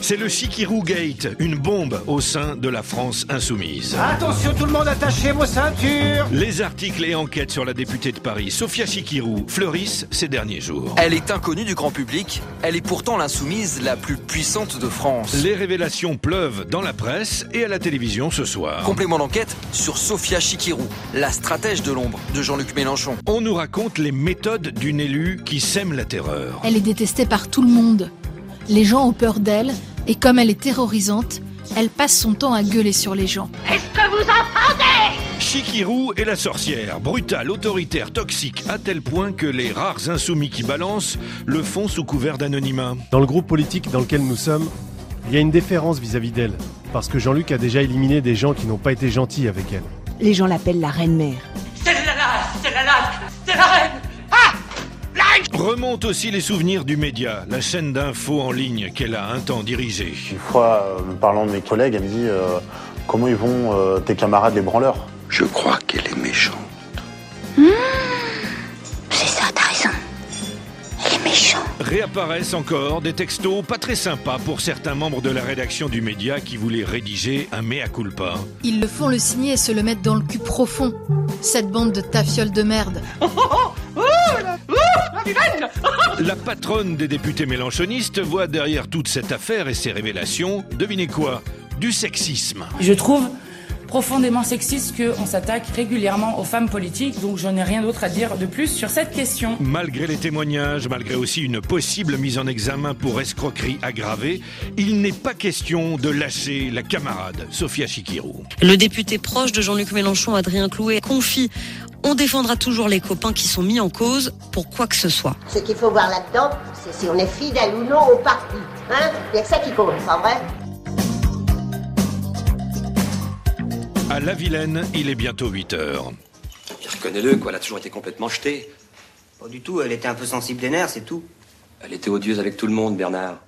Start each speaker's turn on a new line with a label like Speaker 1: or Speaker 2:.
Speaker 1: C'est le Chikirou Gate, une bombe au sein de la France insoumise.
Speaker 2: Attention tout le monde, attachez vos ceintures
Speaker 1: Les articles et enquêtes sur la députée de Paris, Sophia Chikirou, fleurissent ces derniers jours.
Speaker 3: Elle est inconnue du grand public, elle est pourtant l'insoumise la plus puissante de France.
Speaker 1: Les révélations pleuvent dans la presse et à la télévision ce soir.
Speaker 3: Complément d'enquête sur Sophia Chikirou, la stratège de l'ombre de Jean-Luc Mélenchon.
Speaker 1: On nous raconte les méthodes d'une élue qui sème la terreur.
Speaker 4: Elle est détestée par tout le monde. Les gens ont peur d'elle, et comme elle est terrorisante, elle passe son temps à gueuler sur les gens.
Speaker 5: Est-ce que vous entendez
Speaker 1: Chikirou est la sorcière, brutale, autoritaire, toxique, à tel point que les rares insoumis qui balancent le font sous couvert d'anonymat.
Speaker 6: Dans le groupe politique dans lequel nous sommes, il y a une déférence vis-à-vis d'elle, parce que Jean-Luc a déjà éliminé des gens qui n'ont pas été gentils avec elle.
Speaker 7: Les gens l'appellent la reine-mère.
Speaker 5: C'est la la, c'est la la, c'est la reine Ah
Speaker 1: Remontent aussi les souvenirs du média, la chaîne d'infos en ligne qu'elle a un temps dirigée.
Speaker 8: Une fois, euh, me parlant de mes collègues, elle me dit euh, Comment ils vont euh, tes camarades les branleurs
Speaker 9: Je crois qu'elle est méchante.
Speaker 5: C'est ça, t'as raison. Elle est méchante.
Speaker 1: Réapparaissent encore des textos pas très sympas pour certains membres de la rédaction du média qui voulaient rédiger un mea culpa.
Speaker 4: Ils le font le signer et se le mettent dans le cul profond. Cette bande de tafioles de merde.
Speaker 1: La patronne des députés mélanchonistes voit derrière toute cette affaire et ses révélations, devinez quoi Du sexisme.
Speaker 10: Je trouve profondément sexiste qu'on s'attaque régulièrement aux femmes politiques, donc je n'ai rien d'autre à dire de plus sur cette question.
Speaker 1: Malgré les témoignages, malgré aussi une possible mise en examen pour escroquerie aggravée, il n'est pas question de lâcher la camarade Sophia Chikirou.
Speaker 11: Le député proche de Jean-Luc Mélenchon, Adrien Clouet, confie On défendra toujours les copains qui sont mis en cause pour quoi que ce soit.
Speaker 12: Ce qu'il faut voir là-dedans, c'est si on est fidèle ou non au parti. Hein Il n'y a que ça qui compte, pas vrai
Speaker 1: À La Vilaine, il est bientôt 8 heures.
Speaker 9: Reconnais-le, quoi, elle a toujours été complètement jetée.
Speaker 13: Pas du tout, elle était un peu sensible des nerfs, c'est tout.
Speaker 9: Elle était odieuse avec tout le monde, Bernard.